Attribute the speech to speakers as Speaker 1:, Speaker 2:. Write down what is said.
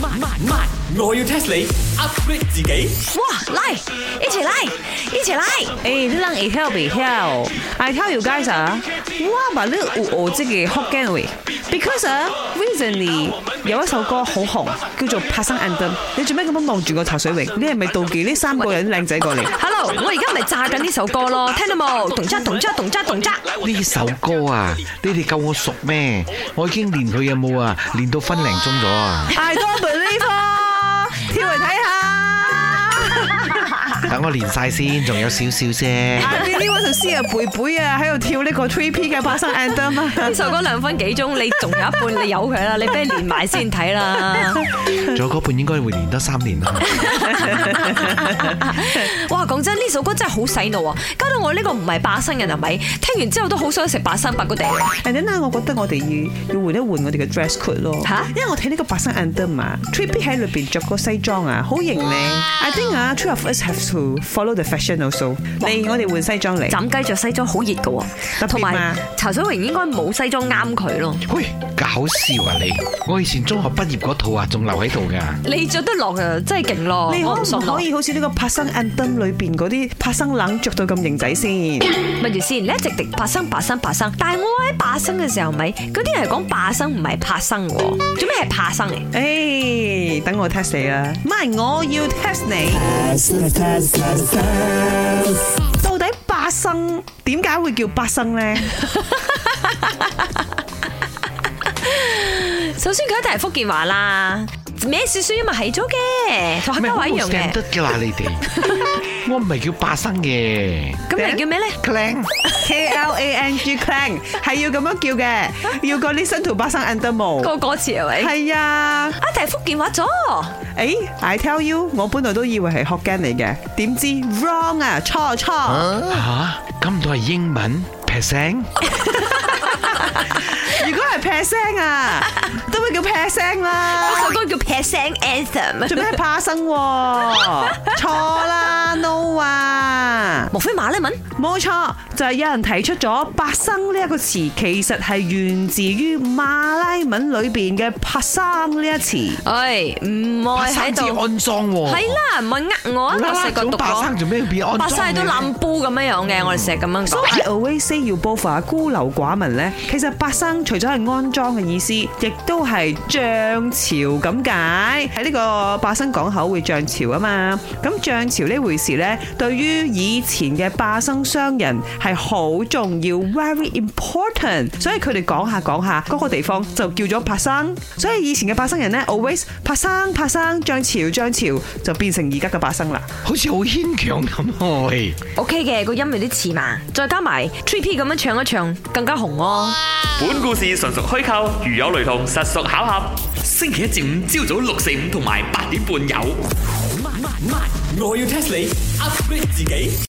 Speaker 1: 慢慢，我要 test 你 upgrade 自己。
Speaker 2: 哇，来，一起来，一起来！
Speaker 3: 诶，你人會 help 未 help？I tell you guys 啊，我把呢有我即嘅學驚喂，because 啊，recently 有一首歌好紅，叫做《拍生 and》，你做咩咁樣望住個茶水榮？你係咪妒忌呢三個人靚仔過嚟？
Speaker 2: Hello，我而家咪炸緊呢首歌咯，聽到冇？動扎動扎動扎動扎，
Speaker 4: 呢首歌啊，你哋夠我熟咩？我已經練佢有冇啊，練到分零鐘咗啊！
Speaker 3: I don't believe 啊！跳嚟睇下。
Speaker 4: 等我練晒先，仲有少少啫。
Speaker 3: I believe 嗰陣詩啊，貝貝啊喺度跳呢個 Three P 嘅拍生 and 啊。
Speaker 2: 呢首歌兩分幾鐘，你仲有一半，你由佢啦，你俾你連埋先睇啦。
Speaker 4: 仲有嗰半應該會練多三年咯。
Speaker 2: 哇，講真，呢首歌真係好洗腦啊，搞到我呢個唔係把生人係咪？聽完之後都好想食把生白骨地。
Speaker 3: And then 咧，我覺得我哋要要換一換我哋嘅 dress code 咯。
Speaker 2: 吓
Speaker 3: 因為我睇呢個白色 under 啊 t r i p p y 喺裏邊着個西裝啊，好型咧。I think 啊，two of us have to follow the fashion also。嚟，我哋換西裝嚟。
Speaker 2: 斬雞着西裝好熱㗎
Speaker 3: 特別嘛
Speaker 2: 喎，同埋茶水榮應該冇西裝啱佢咯。
Speaker 4: 喂，搞笑啊你！我以前中學畢業嗰套啊，仲留喺度㗎。
Speaker 2: 你着得落啊，真係勁咯！
Speaker 3: 你可
Speaker 2: 我唔信啊
Speaker 3: 唔
Speaker 2: 咯
Speaker 3: 可以好似呢個拍生 under 裏邊嗰啲拍生冷着到咁型 仔先？
Speaker 2: 咪住先，你一直滴白生白生白生，但係我喺白生嘅時候咪，嗰啲人係講白生唔係怕生喎，做咩係怕生嚟？
Speaker 3: 誒，哎等我 test 你啦。唔係，我要 test 你。到底八生點解會叫八生咧？
Speaker 2: 首先佢一定係福建話啦，咩少少咪係咗嘅，同客家話一樣嘅。
Speaker 4: 得㗎啦你哋。 我唔係叫八生嘅。
Speaker 2: 咁你叫咩咧？
Speaker 4: clang
Speaker 3: K L A N G clang 系要咁樣叫嘅，要個 listen to 八生 and the
Speaker 2: 個
Speaker 3: mo。
Speaker 2: 歌詞係咪？
Speaker 3: 係啊，
Speaker 2: 啊，但係福建話咗，
Speaker 3: 诶，I tell you，我本來都以為係學驚嚟嘅，點知 wrong 啊，錯錯。
Speaker 2: 哦
Speaker 4: 嚇，咁唔通係英文 p e r c e n
Speaker 3: 如果係劈聲啊，都會叫劈聲
Speaker 2: 嗰首
Speaker 3: 啦。
Speaker 2: 歌叫《劈聲 Anthem》。
Speaker 3: 做咩怕生喎？錯啦，no 啊！
Speaker 2: 莫非馬來文？
Speaker 3: 冇錯，就係、有人提出咗「八生」呢一個詞，其實係源自於馬拉文裏邊嘅「拍生」呢一詞。
Speaker 2: 唉，唔愛喺
Speaker 4: 生字
Speaker 2: 度。
Speaker 4: 安裝喎。
Speaker 2: 係啦，唔係呃我啊！我細個讀
Speaker 4: 白生
Speaker 2: 過，
Speaker 4: 做咩變安
Speaker 2: 白
Speaker 4: 裝嘅？
Speaker 2: 晒都冧煲咁樣樣嘅，我哋成日咁樣
Speaker 3: So
Speaker 2: 講。
Speaker 3: I always say you both are 孤陋寡聞咧。其實八生除咗係安裝嘅意思，亦都係漲潮咁解。喺呢個八生港口會漲潮啊嘛。咁漲潮呢回事咧，對於以前嘅霸生商人係好重要，very important。所以佢哋講下講下，嗰、個地方就叫咗八生。所以以前嘅八生人咧，always 八生八生漲潮漲潮，就變成而家嘅八生啦。
Speaker 4: 好似好牽強咁喎。喂
Speaker 2: OK 嘅，個音有啲似嘛，再加埋 Three P 咁樣唱一唱，更加紅咯。
Speaker 5: 本故事純屬虛構，如有雷同，實屬巧合。星期一至五朝早六四五同埋八點半有。
Speaker 1: 慢慢，我要 test 你 upgrade 自己。